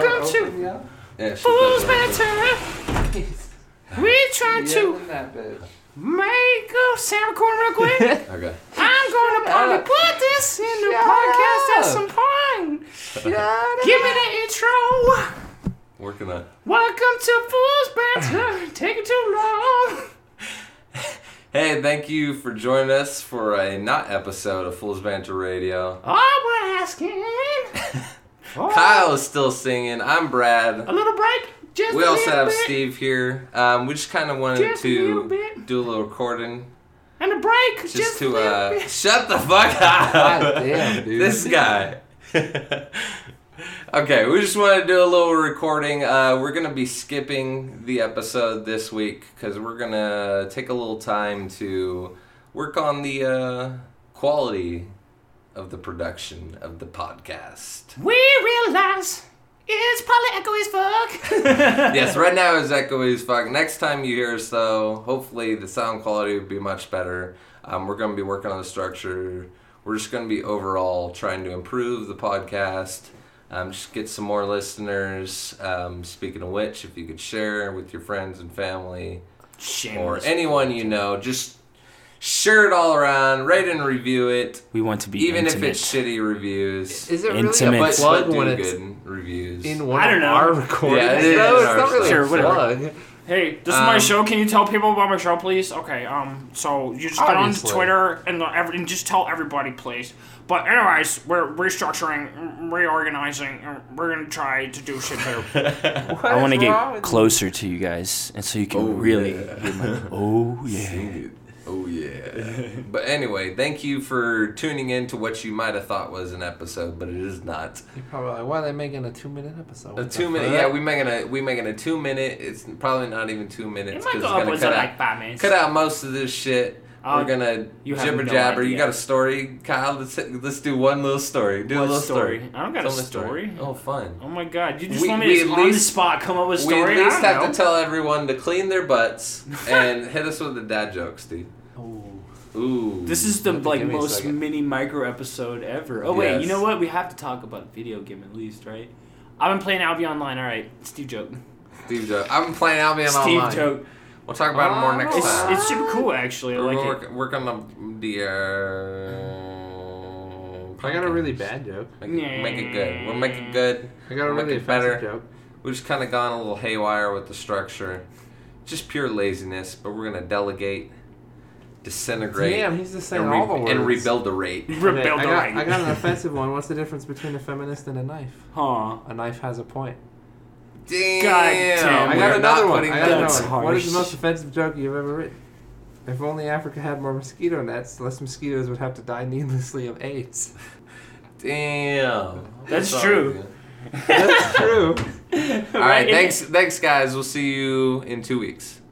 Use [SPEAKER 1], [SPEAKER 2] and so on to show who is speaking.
[SPEAKER 1] Turn me up.
[SPEAKER 2] Oh, Yeah, shit
[SPEAKER 3] Fools
[SPEAKER 2] that
[SPEAKER 3] better.
[SPEAKER 1] He's
[SPEAKER 3] We try to
[SPEAKER 1] yelling that bitch.
[SPEAKER 3] make a sound corn real quick.
[SPEAKER 2] down. Okay.
[SPEAKER 3] I'm going to probably
[SPEAKER 1] up.
[SPEAKER 3] put this in the
[SPEAKER 1] Shut
[SPEAKER 3] podcast at
[SPEAKER 1] up.
[SPEAKER 3] some point.
[SPEAKER 1] Shut
[SPEAKER 3] Give me the intro.
[SPEAKER 2] Working on it.
[SPEAKER 3] Welcome to Fools Banter. Taking too long.
[SPEAKER 2] Hey, thank you for joining us for a not episode of Fool's Banter Radio.
[SPEAKER 3] All we're asking. for
[SPEAKER 2] Kyle is still singing. I'm Brad.
[SPEAKER 3] A little break. Just
[SPEAKER 2] We
[SPEAKER 3] a
[SPEAKER 2] also
[SPEAKER 3] little
[SPEAKER 2] have
[SPEAKER 3] bit,
[SPEAKER 2] Steve here. Um, we just kind of wanted
[SPEAKER 3] Just a little
[SPEAKER 2] to
[SPEAKER 3] bit.
[SPEAKER 2] do a little recording,
[SPEAKER 3] And a break. Just,
[SPEAKER 2] just,
[SPEAKER 3] a
[SPEAKER 2] to
[SPEAKER 3] little
[SPEAKER 2] uh,
[SPEAKER 3] bit.
[SPEAKER 2] shut the fuck up.
[SPEAKER 1] God damn, dude.
[SPEAKER 2] This guy. okay, we just want to do a little recording. Uh, we're gonna be skipping the episode this week because we're gonna take a little time to work on the uh, quality of the production of the podcast.
[SPEAKER 3] We realize it's probably echo as fuck.
[SPEAKER 2] yes, right now is echoey as fuck. Next time you hear us, though, hopefully the sound quality will be much better. Um, we're going to be working on the structure. We're just going to be overall trying to improve the podcast, um, just get some more listeners. Um, speaking of which, if you could share with your friends and family or
[SPEAKER 3] Shameless.
[SPEAKER 2] anyone you know, just share it all around, rate and review it,
[SPEAKER 3] we want to be
[SPEAKER 2] even if
[SPEAKER 3] intimate.
[SPEAKER 2] it's shitty reviews.
[SPEAKER 1] Is it really
[SPEAKER 3] Intimate.
[SPEAKER 1] a
[SPEAKER 2] But
[SPEAKER 1] plug
[SPEAKER 2] do
[SPEAKER 1] when it's
[SPEAKER 2] good reviews.
[SPEAKER 1] in one
[SPEAKER 3] I don't
[SPEAKER 1] of
[SPEAKER 3] know.
[SPEAKER 1] our recordings?
[SPEAKER 2] Yeah, it is
[SPEAKER 1] no,
[SPEAKER 2] in
[SPEAKER 1] it's
[SPEAKER 2] our
[SPEAKER 1] not really
[SPEAKER 3] Sure,
[SPEAKER 1] a
[SPEAKER 3] whatever.
[SPEAKER 1] plug.
[SPEAKER 3] Hey, this
[SPEAKER 2] Um,
[SPEAKER 3] is my show. Can you tell people about my show, please? Okay. Um. So you just get on
[SPEAKER 1] Obviously.
[SPEAKER 3] Twitter and, the, every, and just tell everybody, please. But anyways, we're restructuring, reorganizing, and we're gonna try to do shit better.
[SPEAKER 4] I want to
[SPEAKER 1] wrong
[SPEAKER 4] get
[SPEAKER 1] with
[SPEAKER 4] closer to you guys, and so you can
[SPEAKER 2] Oh,
[SPEAKER 4] really.
[SPEAKER 2] yeah.
[SPEAKER 4] hear my- oh yeah.
[SPEAKER 2] Oh yeah. but anyway, thank you for tuning in to what you might have thought was an episode, but it is not.
[SPEAKER 1] You're probably like, why are they making a two-minute episode?
[SPEAKER 2] A
[SPEAKER 1] What the
[SPEAKER 2] two minute.
[SPEAKER 1] fuck?
[SPEAKER 2] Yeah, we making a we making a two minute. It's probably not even two
[SPEAKER 3] it
[SPEAKER 2] minutes
[SPEAKER 3] might
[SPEAKER 2] it's
[SPEAKER 3] go
[SPEAKER 2] gonna
[SPEAKER 3] upwards
[SPEAKER 2] cut
[SPEAKER 3] of
[SPEAKER 2] out
[SPEAKER 3] like five minutes.
[SPEAKER 2] cut out most of this shit.
[SPEAKER 3] Oh,
[SPEAKER 2] We're gonna
[SPEAKER 3] you have
[SPEAKER 2] jibber
[SPEAKER 3] no
[SPEAKER 2] jabber. You
[SPEAKER 3] idea.
[SPEAKER 2] got a story, Kyle? Let's let's do one little story. Do a
[SPEAKER 3] What
[SPEAKER 2] little story.
[SPEAKER 3] story? I don't got
[SPEAKER 2] Tell
[SPEAKER 3] a
[SPEAKER 2] me
[SPEAKER 3] story.
[SPEAKER 2] Oh, fun.
[SPEAKER 3] Oh my god! You just
[SPEAKER 2] We-
[SPEAKER 3] want
[SPEAKER 2] we
[SPEAKER 3] me to
[SPEAKER 2] at
[SPEAKER 3] just on the
[SPEAKER 2] least-
[SPEAKER 3] spot come up with a
[SPEAKER 2] We
[SPEAKER 3] story.
[SPEAKER 2] at least
[SPEAKER 3] I don't
[SPEAKER 2] have
[SPEAKER 3] know.
[SPEAKER 2] to tell everyone to clean their butts and hit us with a dad joke, Steve.
[SPEAKER 1] Ooh.
[SPEAKER 2] Ooh.
[SPEAKER 3] This is the
[SPEAKER 2] Give
[SPEAKER 3] like
[SPEAKER 2] me a
[SPEAKER 3] most
[SPEAKER 2] second.
[SPEAKER 3] mini micro episode ever. Oh wait,
[SPEAKER 2] Yes.
[SPEAKER 3] you know what? We have to talk about video game at least, right? I've been playing Albion Online. All right, Steve joke.
[SPEAKER 2] Steve joke. I'm playing Albion
[SPEAKER 3] Steve
[SPEAKER 2] Online.
[SPEAKER 3] joke.
[SPEAKER 2] We'll talk about it more next
[SPEAKER 3] Ah, It's,
[SPEAKER 2] time.
[SPEAKER 3] it's super cool actually. I
[SPEAKER 2] We're
[SPEAKER 3] like it.
[SPEAKER 2] work, work on the, the uh,
[SPEAKER 1] I got a really bad joke.
[SPEAKER 2] Make it, make it good. We'll make it good.
[SPEAKER 1] I got a
[SPEAKER 2] We'll make
[SPEAKER 1] really
[SPEAKER 2] it better.
[SPEAKER 1] offensive joke.
[SPEAKER 2] We've just kind of gone a little haywire with the structure. Just pure laziness, but we're gonna delegate, disintegrate,
[SPEAKER 1] Damn, he's just saying
[SPEAKER 2] and, re-
[SPEAKER 1] all the words.
[SPEAKER 2] and rebuild the rate.
[SPEAKER 1] Okay,
[SPEAKER 3] Rebel
[SPEAKER 1] I
[SPEAKER 3] the
[SPEAKER 1] got, I
[SPEAKER 3] right.
[SPEAKER 1] got an offensive one. What's the difference between a feminist and a knife?
[SPEAKER 3] Huh.
[SPEAKER 1] A knife has a point.
[SPEAKER 2] Damn.
[SPEAKER 3] damn.
[SPEAKER 1] I
[SPEAKER 2] we
[SPEAKER 1] got
[SPEAKER 2] are
[SPEAKER 1] another
[SPEAKER 2] not
[SPEAKER 1] one.
[SPEAKER 2] putting
[SPEAKER 1] I got another
[SPEAKER 2] down-
[SPEAKER 1] one. What is the
[SPEAKER 3] harsh.
[SPEAKER 1] most offensive joke you've ever written? If only Africa had more mosquito nets, less mosquitoes would have to die needlessly of AIDS.
[SPEAKER 2] Damn.
[SPEAKER 3] That's
[SPEAKER 2] all
[SPEAKER 3] true.
[SPEAKER 2] good.
[SPEAKER 1] That's true.
[SPEAKER 2] All right, thanks, thanks, guys. We'll see you in two weeks.